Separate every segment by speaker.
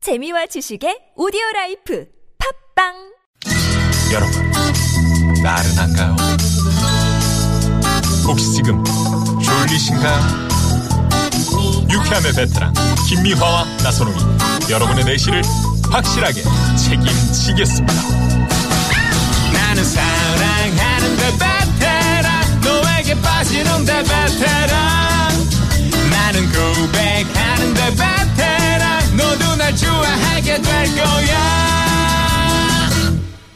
Speaker 1: 재미와 지식의 오디오 라이프 팝빵
Speaker 2: 여러분, 나른한가요? 혹시 지금 졸리신가요? 유쾌함의 베테랑 김미화와 나선홍이 여러분의 내실을 확실하게 책임지겠습니다.
Speaker 3: 나는 사랑하는데 베테랑 너에게 빠지는데 베테랑 나는 고백하는데 베테랑 너도 날 좋아하게 될 거야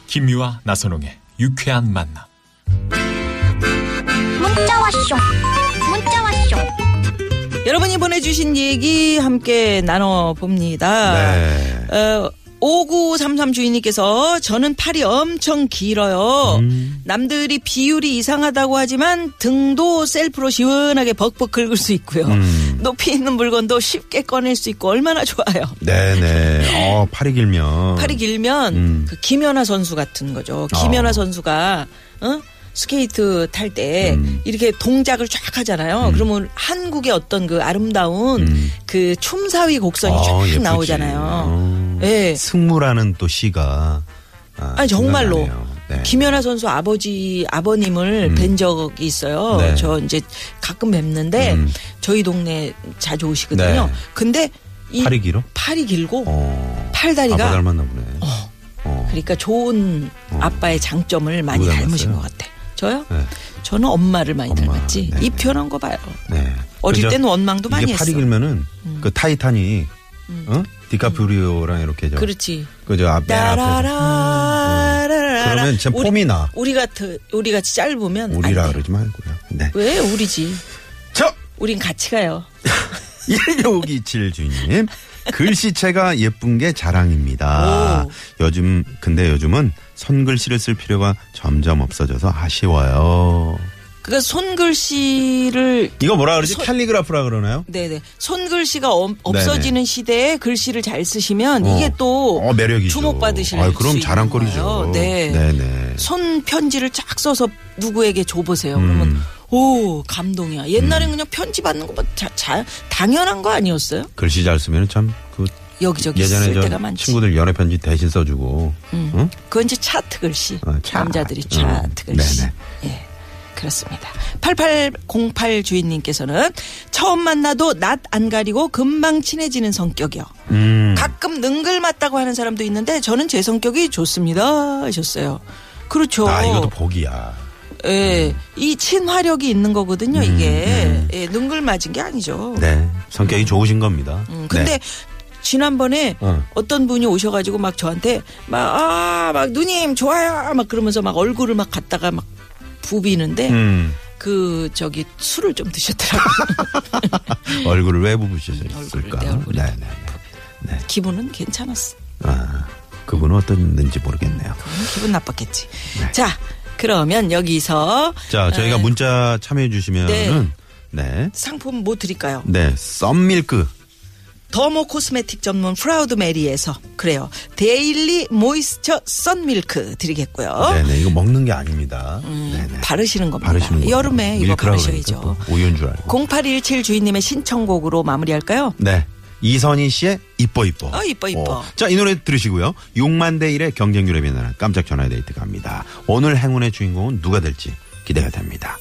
Speaker 2: 김미화 나선홍의 유쾌한 만남.
Speaker 4: 문자 왔쇼 문자 왔쇼
Speaker 5: 여러분이 보내주신 얘기 함께 나눠봅니다.
Speaker 6: 네.
Speaker 5: 어, 5933 주인님께서 저는 팔이 엄청 길어요. 남들이 비율이 이상하다고 하지만 등도 셀프로 시원하게 벅벅 긁을 수 있고요. 높이 있는 물건도 쉽게 꺼낼 수 있고 얼마나 좋아요.
Speaker 6: 네네. 어, 팔이 길면.
Speaker 5: 팔이 길면
Speaker 6: 음.
Speaker 5: 그 김연아 선수 같은 거죠. 김연아
Speaker 6: 어.
Speaker 5: 선수가 어? 스케이트 탈 때
Speaker 6: 음.
Speaker 5: 이렇게 동작을 쫙 하잖아요. 그러면 한국의 어떤 그 아름다운
Speaker 6: 음.
Speaker 5: 그 춤사위 곡선이
Speaker 6: 어,
Speaker 5: 쫙
Speaker 6: 예쁘지.
Speaker 5: 나오잖아요.
Speaker 6: 어.
Speaker 5: 예.
Speaker 6: 승무라는 또 시가. 아,
Speaker 5: 아니 정말로
Speaker 6: 생각나네요. 네. 음.
Speaker 5: 김연아 선수 아버지 아버님을 뵌 적이 있어요.
Speaker 6: 네.
Speaker 5: 저 이제 가끔 뵙는데
Speaker 6: 음.
Speaker 5: 저희 동네 자주 오시거든요.
Speaker 6: 네.
Speaker 5: 근데 이
Speaker 6: 팔이 길어?
Speaker 5: 팔이 길고
Speaker 6: 어. 아빠
Speaker 5: 팔다리가
Speaker 6: 닮았나 보네. 어.
Speaker 5: 그러니까 좋은 아빠의 장점을 많이
Speaker 6: 음. 누구
Speaker 5: 닮으신 것
Speaker 6: 닮았어요?
Speaker 5: 같아. 저요?
Speaker 6: 네.
Speaker 5: 저는 엄마를 많이
Speaker 6: 엄마,
Speaker 5: 닮았지.
Speaker 6: 네네.
Speaker 5: 입 변한 거 봐요.
Speaker 6: 네.
Speaker 5: 어릴
Speaker 6: 그죠?
Speaker 5: 때는 원망도
Speaker 6: 이게
Speaker 5: 많이 했어.
Speaker 6: 팔이
Speaker 5: 음.
Speaker 6: 길면은 그 타이타닉, 어? 디카프리오랑 이렇게 저.
Speaker 5: 그렇지.
Speaker 6: 그죠. 앞, 맨 앞에서. 음,
Speaker 5: 따라라라라라.
Speaker 6: 그러면 참
Speaker 5: 우리-
Speaker 6: 폼이 나.
Speaker 5: 우리 같은 우리 같이 짧으면 안
Speaker 6: 우리라
Speaker 5: 돼.
Speaker 6: 그러지 말고요. 네.
Speaker 5: 왜 우리지?
Speaker 6: 저!
Speaker 5: 우린 같이 가요.
Speaker 6: 1627 주인님. 글씨체가 예쁜 게 자랑입니다.
Speaker 5: 오.
Speaker 6: 요즘, 근데 요즘은 손글씨를 쓸 필요가 점점 없어져서 아쉬워요.
Speaker 5: 그러니까 손글씨를
Speaker 6: 이거 뭐라 그러지?
Speaker 5: 손-
Speaker 6: 캘리그라프라 그러나요?
Speaker 5: 네네 손글씨가 엄- 없어지는 시대에 글씨를 잘 쓰시면 이게
Speaker 6: 네, 어.
Speaker 5: 또
Speaker 6: 어, 매력이죠.
Speaker 5: 주목받으실
Speaker 6: 아유,
Speaker 5: 수
Speaker 6: 그럼
Speaker 5: 있는 거예요.
Speaker 6: 자랑거리죠.
Speaker 5: 네.
Speaker 6: 네네. 음.
Speaker 5: 손 편지를 쫙 써서 누구에게 줘보세요. 그러면 오 감동이야. 옛날엔 그냥 편지 받는 거 자, 자, 당연한 거 아니었어요?
Speaker 6: 글씨 잘 쓰면 참, 그,
Speaker 5: 여기저기
Speaker 6: 예전에
Speaker 5: 쓸
Speaker 6: 저
Speaker 5: 때가 많지. 음.
Speaker 6: 친구들 연애편지 대신 써주고, 응?
Speaker 5: 그건 이제 차트 글씨.
Speaker 6: 어, 차트.
Speaker 5: 남자들이
Speaker 6: 음,
Speaker 5: 차트 글씨.
Speaker 6: 네네.
Speaker 5: 예. 그렇습니다. 8808 주인님께서는 처음 만나도 낯 안 가리고 금방 친해지는 성격이요.
Speaker 6: 음.
Speaker 5: 가끔 능글맞다고 하는 사람도 있는데 저는 제 성격이 좋습니다. 하셨어요. 그렇죠.
Speaker 6: 아, 이것도 복이야.
Speaker 5: 예, 이 친화력이 있는 거거든요, 이게. 예, 능글맞은 게 아니죠.
Speaker 6: 음, 네. 성격이 좋으신 겁니다.
Speaker 5: 음, 근데
Speaker 6: 네.
Speaker 5: 지난번에
Speaker 6: 어.
Speaker 5: 어. 떤 분이 오셔가지고 막 저한테 막, 아, 막 누님 좋아요. 막 그러면서 막 얼굴을 막 갖다가 막 부비는데
Speaker 6: 음.
Speaker 5: 그 저기 술을 좀 드셨더라고요.
Speaker 6: 얼굴을 왜 부부셨을까?
Speaker 5: 얼굴을 내 얼굴에
Speaker 6: 네네. 네.
Speaker 5: 기분은 괜찮았어.
Speaker 6: 아, 그분은 어땠는지 모르겠네요.
Speaker 5: 그건 음, 기분 나빴겠지. 자, 그러면 여기서
Speaker 6: 네. 자, 저희가
Speaker 5: 에,
Speaker 6: 문자 참여해 주시면은 네.
Speaker 5: 상품 뭐 드릴까요?
Speaker 6: 네, 썸밀크.
Speaker 5: 더모 코스메틱 전문 프라우드 메리에서 그래요. 데일리 모이스처 선밀크 드리겠고요.
Speaker 6: 네, 네. 이거 먹는 게 아닙니다. 네, 네.
Speaker 5: 어? 음, 바르시는 겁니다.
Speaker 6: 바르시는 거.
Speaker 5: 여름에 이거
Speaker 6: 밀크라
Speaker 5: 바르셔야죠.
Speaker 6: 그러니까 또 우유인 줄 알고.
Speaker 5: 0817 주인님의 신청곡으로 마무리할까요?
Speaker 6: 네. 이선희 씨의 이뻐 이뻐.
Speaker 5: 어, 이뻐, 이뻐.
Speaker 6: 어. 자, 이 노래 들으시고요. 6만 대 1의 경쟁률에 빛나는 깜짝 전화 데이트 갑니다. 오늘 행운의 주인공은 누가 될지 기대가 됩니다.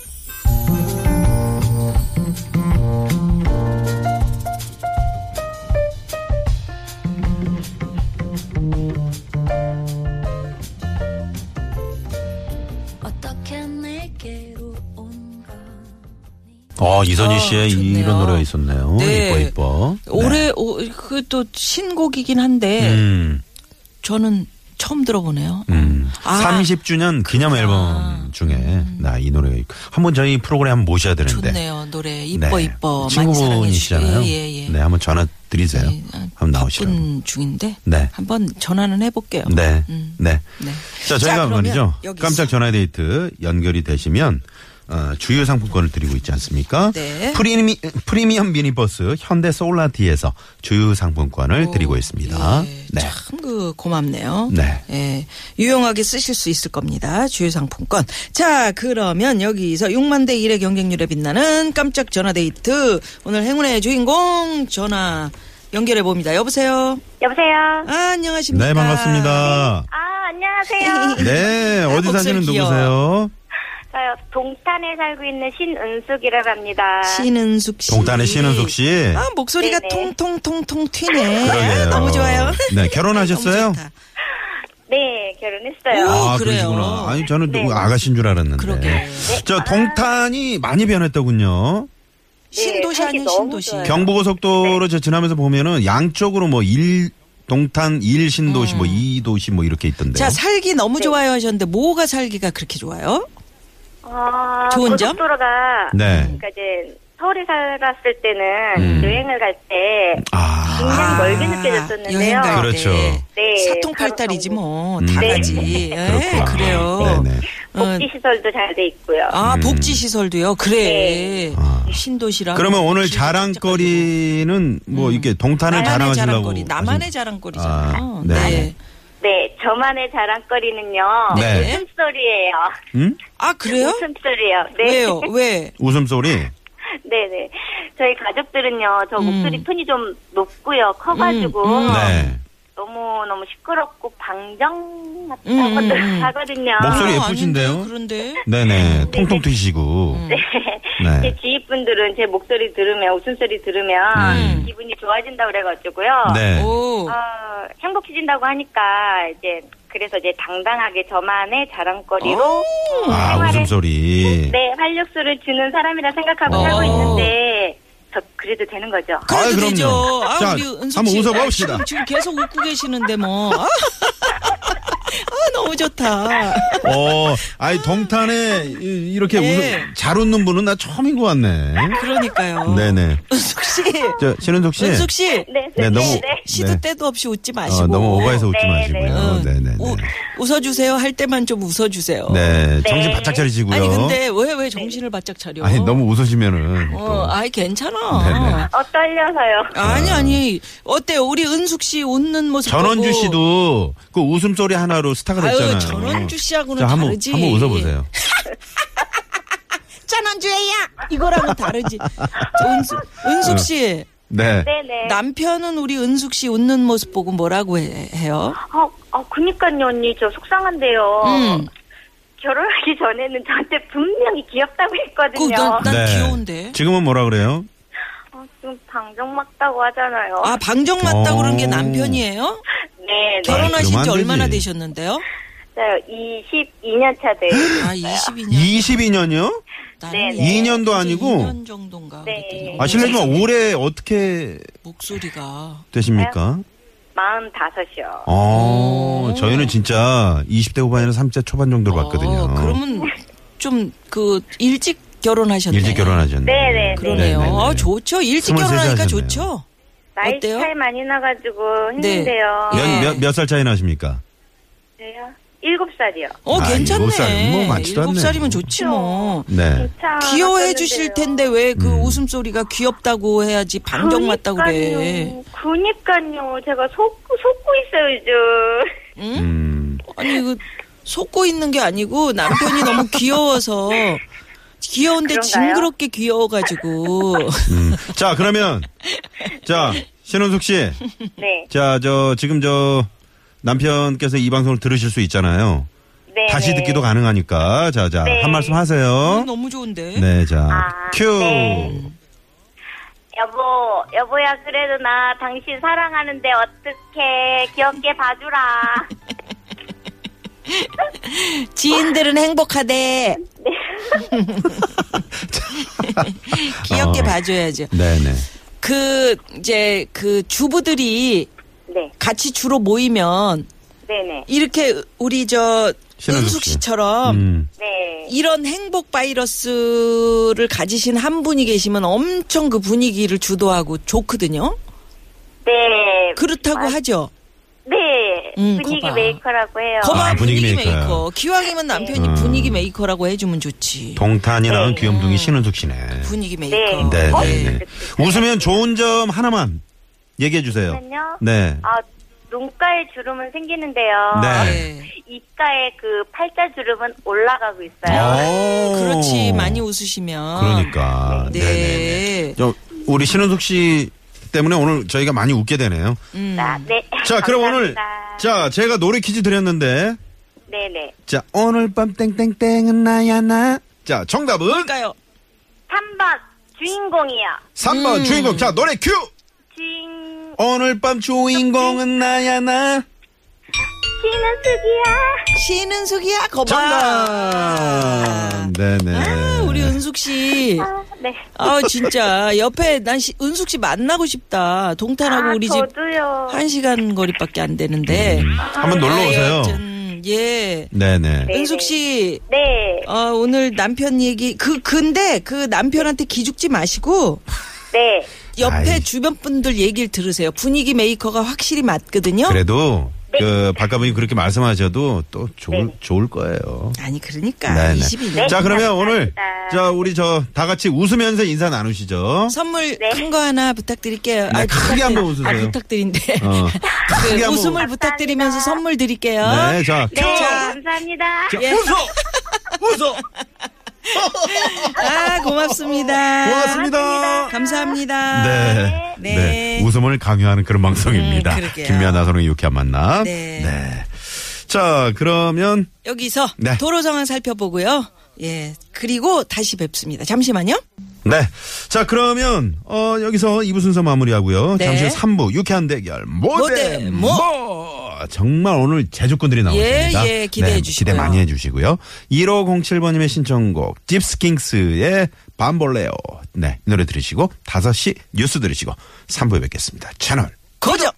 Speaker 4: 어떻게 내게로 온가
Speaker 6: 어, 이선희
Speaker 5: 아,
Speaker 6: 씨의
Speaker 5: 좋네요.
Speaker 6: 이런 노래가 있었네요.
Speaker 5: 네.
Speaker 6: 이뻐 이뻐. 네.
Speaker 5: 올해 그또 신곡이긴 한데
Speaker 6: 음.
Speaker 5: 저는 처음 들어보네요.
Speaker 6: 음.
Speaker 5: 아.
Speaker 6: 30주년 기념 앨범 중에 나 이 노래가 있고 한번 저희 프로그램 한번 모셔야 되는데
Speaker 5: 좋네요 노래 이뻐
Speaker 6: 네.
Speaker 5: 이뻐 많이 사랑해
Speaker 6: 친구분이시잖아요.
Speaker 5: 주시고 예예 네,
Speaker 6: 네, 한번 전화 드리세요. 한번 나오시라고.
Speaker 5: 바쁜 중인데
Speaker 6: 네.
Speaker 5: 한번 전화는 해볼게요.
Speaker 6: 네,
Speaker 5: 음.
Speaker 6: 네.
Speaker 5: 네. 자,
Speaker 6: 자, 저희가
Speaker 5: 그러면
Speaker 6: 말이죠.
Speaker 5: 여기서.
Speaker 6: 깜짝 전화 데이트 연결이 되시면 어, 주요 상품권을 드리고 있지 않습니까?
Speaker 5: 네.
Speaker 6: 프리미, 프리미엄 미니버스 현대 소울라티에서 주요 상품권을 드리고 있습니다.
Speaker 5: 예,
Speaker 6: 네.
Speaker 5: 참 그 고맙네요.
Speaker 6: 네.
Speaker 5: 예, 유용하게 쓰실 수 있을 겁니다. 주요 상품권. 자, 그러면 여기서 6만 대 1의 경쟁률에 빛나는 깜짝 전화 데이트. 오늘 행운의 주인공 전화 연결해 봅니다. 여보세요.
Speaker 7: 여보세요.
Speaker 5: 아, 안녕하십니까?
Speaker 6: 네, 반갑습니다.
Speaker 7: 아 안녕하세요.
Speaker 6: 네, 어디
Speaker 5: 목소리
Speaker 6: 사시는
Speaker 5: 귀여워.
Speaker 6: 누구세요?
Speaker 7: 저요 동탄에 살고 있는 신은숙이라고 합니다.
Speaker 5: 네. 신은숙 씨.
Speaker 6: 동탄의 신은숙 씨.
Speaker 5: 아, 목소리가
Speaker 7: 네네.
Speaker 5: 통통통통 튀네.
Speaker 6: 그러게요.
Speaker 5: 너무 좋아요.
Speaker 6: 네, 결혼하셨어요?
Speaker 5: 너무 좋다.
Speaker 7: 네 결혼했어요.
Speaker 5: 오,
Speaker 6: 아,
Speaker 5: 뭐, 그래요.
Speaker 6: 그러시구나. 아니, 저는
Speaker 7: 네.
Speaker 6: 누구 아가씨인 줄 알았는데.
Speaker 5: 그러게. 네.
Speaker 6: 저 동탄이 많이 변했더군요.
Speaker 5: 신도시
Speaker 7: 네, 살기
Speaker 5: 아닌
Speaker 7: 너무
Speaker 5: 신도시.
Speaker 7: 좋아요.
Speaker 6: 경부고속도로
Speaker 5: 네.
Speaker 6: 저 지나면서 보면은 양쪽으로 뭐 일, 동탄 일 신도시 뭐 이도시뭐 이렇게 있던데.
Speaker 5: 음. 자, 살기
Speaker 7: 네.
Speaker 5: 너무 좋아요 하셨는데 뭐가 살기가 그렇게 좋아요? 어?
Speaker 7: 아,
Speaker 5: 좋은 점?
Speaker 7: 고속도로가
Speaker 6: 네.
Speaker 7: 그러니까 이제 서울에 살았을 때는
Speaker 6: 음.
Speaker 7: 여행을 갈 때
Speaker 6: 아.
Speaker 7: 굉장히
Speaker 5: 아,
Speaker 7: 멀게 느껴졌었는데요.
Speaker 5: 여행 갈
Speaker 6: 그렇죠.
Speaker 5: 때.
Speaker 7: 네,
Speaker 5: 사통팔달이지 뭐.
Speaker 6: 음.
Speaker 5: 다
Speaker 6: 네.
Speaker 5: 가지. 예,
Speaker 6: 그렇구나.
Speaker 5: 그래요.
Speaker 6: 네네. 음.
Speaker 5: 어,
Speaker 7: 복지 시설도 잘 돼 있고요.
Speaker 5: 아, 복지 시설도요. 그래.
Speaker 7: 네.
Speaker 6: 아.
Speaker 5: 신도시랑
Speaker 6: 그러면 오늘
Speaker 5: 신도시
Speaker 6: 자랑거리는 뭐 이렇게 동탄을
Speaker 5: 음, 나만의
Speaker 6: 자랑하시려고.
Speaker 5: 자랑거리, 나만의
Speaker 6: 하신-
Speaker 5: 자랑거리잖아요.
Speaker 6: 아, 네.
Speaker 7: 네 저만의 자랑거리는요.
Speaker 6: 네.
Speaker 7: 웃음소리예요.
Speaker 6: 응?
Speaker 5: 아, 그래요?
Speaker 7: 웃음소리요. 네.
Speaker 5: 왜요? 왜?
Speaker 6: 웃음소리?
Speaker 7: 네네. 저희 가족들은요, 저 목소리 톤이 좀 높고요, 커가지고
Speaker 5: 음, 음.
Speaker 6: 네.
Speaker 7: 너무 너무 시끄럽고 방정 같은
Speaker 5: 음,
Speaker 7: 것도
Speaker 5: 음, 음.
Speaker 7: 하거든요.
Speaker 6: 목소리
Speaker 5: 아,
Speaker 6: 예쁘신데요?
Speaker 5: 아닌데요, 그런데
Speaker 6: 네네. 통통 튀시고.
Speaker 5: 음.
Speaker 7: 제
Speaker 6: 네.
Speaker 7: 지인분들은 제 목소리 들으면 웃음소리 들으면
Speaker 6: 음.
Speaker 7: 기분이 좋아진다 그래가지고요.
Speaker 6: 네.
Speaker 5: 오.
Speaker 7: 어, 행복해진다고 하니까 이제 그래서 이제 당당하게 저만의 자랑거리로
Speaker 6: 아,
Speaker 5: 네.
Speaker 7: 생활에
Speaker 6: 웃음소리.
Speaker 7: 네 활력소를 주는 사람이라 생각하고
Speaker 5: 어.
Speaker 7: 살고 있는데 저 그래도 되는 거죠.
Speaker 6: 아이,
Speaker 5: 그래도
Speaker 6: 그럼요.
Speaker 5: 되죠. 아,
Speaker 6: 자,
Speaker 5: 우리 은숙
Speaker 6: 한번
Speaker 5: 씨 지금,
Speaker 6: 웃어봅시다.
Speaker 5: 지금 계속 웃고 계시는데 뭐. 아, 아, 너무 좋다.
Speaker 6: 어, 아이, 동탄에 이- 이렇게
Speaker 5: 네.
Speaker 6: 웃음, 잘 웃는 분은 나 처음인 것 같네.
Speaker 5: 그러니까요.
Speaker 6: 네네.
Speaker 5: 은숙 씨.
Speaker 6: 저, 신은숙 씨.
Speaker 5: 어. 은숙 씨.
Speaker 7: 네,
Speaker 6: 네, 너무.
Speaker 7: 네.
Speaker 5: 시도
Speaker 6: 네.
Speaker 5: 때도 없이 웃지 마시고.
Speaker 6: 어, 너무 오버해서 웃지
Speaker 7: 네,
Speaker 6: 마시고요.
Speaker 5: 응.
Speaker 6: 네네네.
Speaker 5: 어, 우- 웃어주세요 할 때만 좀 웃어주세요.
Speaker 6: 네, 정신
Speaker 7: 네.
Speaker 6: 바짝 차리시고요.
Speaker 5: 아니 근데 왜 왜 정신을 바짝 차려?
Speaker 6: 아니, 너무 웃으시면은.
Speaker 5: 어,
Speaker 6: 또.
Speaker 5: 아이
Speaker 6: 네,
Speaker 5: 괜찮아.
Speaker 6: 네.
Speaker 7: 어 떨려서요.
Speaker 5: 아니 아니 어때요? 우리 은숙 씨 웃는 모습
Speaker 6: 전원주
Speaker 5: 보고.
Speaker 6: 씨도 그 웃음소리 하나로 스타가
Speaker 5: 아유,
Speaker 6: 됐잖아요.
Speaker 5: 전원주 씨하고는
Speaker 6: 자, 한번,
Speaker 5: 다르지.
Speaker 6: 한번 웃어보세요.
Speaker 5: 전원주야 이거랑은 다르지. 은숙,
Speaker 6: 어.
Speaker 5: 은숙 씨
Speaker 6: 네.
Speaker 7: 네네.
Speaker 5: 남편은 우리 은숙 씨 웃는 모습 보고 뭐라고 해, 해요?
Speaker 7: 어, 어, 그니까요, 언니. 저 속상한데요.
Speaker 5: 음.
Speaker 7: 결혼하기 전에는 저한테 분명히 귀엽다고 했거든요.
Speaker 5: 그난 난 귀여운데.
Speaker 6: 네. 지금은 뭐라 그래요?
Speaker 7: 어, 지금 방정 맞다고 하잖아요.
Speaker 5: 아 방정 맞다
Speaker 6: 어.
Speaker 5: 그런 게 남편이에요?
Speaker 7: 네, 네.
Speaker 6: 결혼-
Speaker 5: 결혼하신
Speaker 6: 그러면
Speaker 5: 지
Speaker 6: 안
Speaker 5: 얼마나
Speaker 6: 되지.
Speaker 5: 되셨는데요?
Speaker 7: 네. 22년 차 돼요.
Speaker 5: 아 22년.
Speaker 6: 22년이요?
Speaker 5: 나는
Speaker 7: 네.
Speaker 5: 이제
Speaker 6: 2년도 아니고?
Speaker 5: 2년 정도인가.
Speaker 7: 네.
Speaker 5: 그랬더니
Speaker 6: 아, 실례지만 올해 어떻게
Speaker 5: 목소리가
Speaker 6: 되십니까?
Speaker 7: 45이요.
Speaker 6: 어, 저희는 진짜 20대 후반이나 30대 초반 정도로 봤거든요.
Speaker 5: 어, 그러면 좀 그 일찍 결혼하셨네요.
Speaker 6: 일찍 결혼하셨네.
Speaker 7: 네네,
Speaker 5: 그러네요.
Speaker 6: 네네네.
Speaker 5: 아, 좋죠. 일찍
Speaker 6: 23
Speaker 5: 결혼하니까
Speaker 6: 하셨네요.
Speaker 5: 좋죠.
Speaker 7: 나이
Speaker 5: 어때요?
Speaker 7: 차이 많이 나가지고 힘든데요.
Speaker 5: 네.
Speaker 7: 네.
Speaker 5: 예?
Speaker 6: 몇, 몇, 몇 살 차이 나십니까?
Speaker 7: 그래요? 7살이요.
Speaker 5: 어,
Speaker 6: 아,
Speaker 5: 괜찮네.
Speaker 6: 일곱 살, 뭐 많지도 않네.
Speaker 5: 일곱 살이면 좋지 뭐.
Speaker 6: 네.
Speaker 7: 아,
Speaker 5: 귀여워해 주실 텐데 왜 그 웃음소리가 귀엽다고 해야지 방정 맞다 그래.
Speaker 7: 그니까요. 제가 속, 속고 있어요, 요즘.
Speaker 6: 음.
Speaker 5: 아니, 그 속고 있는 게 아니고 남편이 너무 귀여워서 귀여운데
Speaker 7: 그런가요?
Speaker 5: 징그럽게 귀여워가지고.
Speaker 6: 음. 자, 그러면. 자, 신은숙 씨.
Speaker 7: 네.
Speaker 6: 자, 저, 지금 저, 남편께서 이 방송을 들으실 수 있잖아요.
Speaker 7: 네.
Speaker 6: 다시
Speaker 7: 네.
Speaker 6: 듣기도 가능하니까. 자, 자,
Speaker 7: 네.
Speaker 6: 한 말씀 하세요.
Speaker 5: 너무 좋은데.
Speaker 6: 어? 네, 자,
Speaker 7: 아,
Speaker 6: 큐.
Speaker 7: 네. 여보, 여보야, 그래도 나 당신 사랑하는데 어떡해. 귀엽게 봐주라.
Speaker 5: 지인들은 행복하대.
Speaker 7: 네.
Speaker 5: 귀엽게
Speaker 6: 어.
Speaker 5: 봐줘야죠.
Speaker 6: 네네.
Speaker 5: 그 이제 그 주부들이
Speaker 7: 네,
Speaker 5: 같이 주로 모이면
Speaker 7: 네네.
Speaker 5: 이렇게 우리 저
Speaker 6: 신은숙
Speaker 5: 은숙
Speaker 6: 씨.
Speaker 5: 씨처럼
Speaker 6: 음.
Speaker 7: 네.
Speaker 5: 이런 행복 바이러스를 가지신 한 분이 계시면 엄청 그 분위기를 주도하고 좋거든요.
Speaker 7: 네.
Speaker 5: 그렇다고
Speaker 7: 맞-
Speaker 5: 하죠.
Speaker 7: 네.
Speaker 5: 음,
Speaker 7: 분위기
Speaker 5: 거봐.
Speaker 7: 메이커라고 해요.
Speaker 5: 거봐
Speaker 6: 아,
Speaker 5: 분위기,
Speaker 6: 분위기
Speaker 5: 메이커.
Speaker 6: 메이커야.
Speaker 5: 기왕이면 남편이
Speaker 6: 음.
Speaker 5: 분위기 메이커라고 해주면 좋지.
Speaker 6: 동탄이라는 귀염둥이 신은숙 씨네.
Speaker 5: 분위기 메이커.
Speaker 7: 네.
Speaker 6: 네,
Speaker 7: 어?
Speaker 6: 네, 네. 웃으면 좋은 점 하나만 얘기해 주세요.
Speaker 7: 그러면요?
Speaker 6: 네.
Speaker 7: 아, 눈가에 주름은 생기는데요.
Speaker 6: 네.
Speaker 5: 네.
Speaker 7: 입가에 그 팔자 주름은 올라가고
Speaker 6: 네. 아.
Speaker 7: 있어요.
Speaker 6: 오.
Speaker 5: 그렇지 많이 웃으시면.
Speaker 6: 그러니까. 네. 네.
Speaker 5: 아. 네.
Speaker 6: 저 우리 신은숙 씨 때문에 오늘 저희가 많이 웃게 되네요.
Speaker 7: 아, 네.
Speaker 6: 자, 그럼 오늘
Speaker 7: 감사합니다.
Speaker 6: 자, 제가 노래 퀴즈 드렸는데
Speaker 7: 네네.
Speaker 6: 자, 오늘 밤 땡땡땡은 나야 나. 자, 정답은
Speaker 5: 뭘까요?
Speaker 7: 3번 주인공이요.
Speaker 6: 3번 주인공. 자, 노래 큐.
Speaker 7: 주인
Speaker 6: 오늘 밤 주인공은 나야 나.
Speaker 7: 씨는 숙이야.
Speaker 5: 시는 숙이야 거봐.
Speaker 6: 정답. 네, 네.
Speaker 5: 아, 우리 은숙 씨.
Speaker 7: 아, 네.
Speaker 5: 아 진짜 옆에 난 시- 은숙 씨 만나고 싶다. 동탄하고
Speaker 7: 아,
Speaker 5: 우리 집 한
Speaker 7: 저도요.
Speaker 5: 시간 거리밖에 안 되는데.
Speaker 6: 음. 한번 놀러 오세요.
Speaker 5: 하여튼, 예.
Speaker 6: 네, 네.
Speaker 7: 네.
Speaker 5: 은숙 씨.
Speaker 7: 네.
Speaker 5: 어, 오늘 남편 얘기 그 근데 그 남편한테 기죽지 마시고
Speaker 7: 네.
Speaker 5: 옆에
Speaker 6: 아이.
Speaker 5: 주변 분들 얘기를 들으세요. 분위기 메이커가 확실히 맞거든요.
Speaker 6: 그래도 그 박가분이 그렇게 말씀하셔도 또 좋을 좋을 거예요.
Speaker 5: 아니 그러니까
Speaker 6: 네네.
Speaker 5: 22년
Speaker 6: 자, 그러면 오늘
Speaker 7: 감사합니다.
Speaker 6: 자, 우리 저 다 같이 웃으면서 인사 나누시죠.
Speaker 5: 선물 큰 거 하나 부탁드릴게요.
Speaker 6: 네, 크게 한번
Speaker 5: 아,
Speaker 6: 웃으세요.
Speaker 5: 부탁드린데
Speaker 6: 어.
Speaker 5: 그
Speaker 6: 크게 한번
Speaker 5: 웃음을
Speaker 6: 웃-
Speaker 5: 부탁드리면서 선물 드릴게요.
Speaker 6: 네, 자, 큐.
Speaker 7: 네.
Speaker 5: 자.
Speaker 7: 감사합니다.
Speaker 6: 자, 웃어! 웃어!
Speaker 5: 아 고맙습니다.
Speaker 6: 고맙습니다.
Speaker 5: 감사합니다.
Speaker 6: 네.
Speaker 5: 네.
Speaker 6: 네. 웃음을 강요하는 그런 방송입니다.
Speaker 5: 음, 그러게요.
Speaker 6: 김미아 나선홍의 유쾌한 만남.
Speaker 5: 네.
Speaker 6: 자, 그러면
Speaker 5: 여기서
Speaker 6: 네.
Speaker 5: 도로 상황 살펴보고요. 예 그리고 다시 뵙습니다. 잠시만요.
Speaker 6: 네. 자, 그러면 어 여기서 2부 순서 마무리하고요.
Speaker 5: 네.
Speaker 6: 잠시 후 3부 유쾌한 대결 모대
Speaker 5: 모대
Speaker 6: 모.
Speaker 5: 모.
Speaker 6: 정말 오늘 제주꾼들이 나오십니다. 네,
Speaker 5: 예, 기대해 주시고요.
Speaker 6: 기대 많이 해 주시고요. 1507번 님의 신청곡 딥스킹스의 밤볼레오. 네, 이 노래 들으시고 5시 뉴스 들으시고 3부에 뵙겠습니다. 채널
Speaker 5: 고정.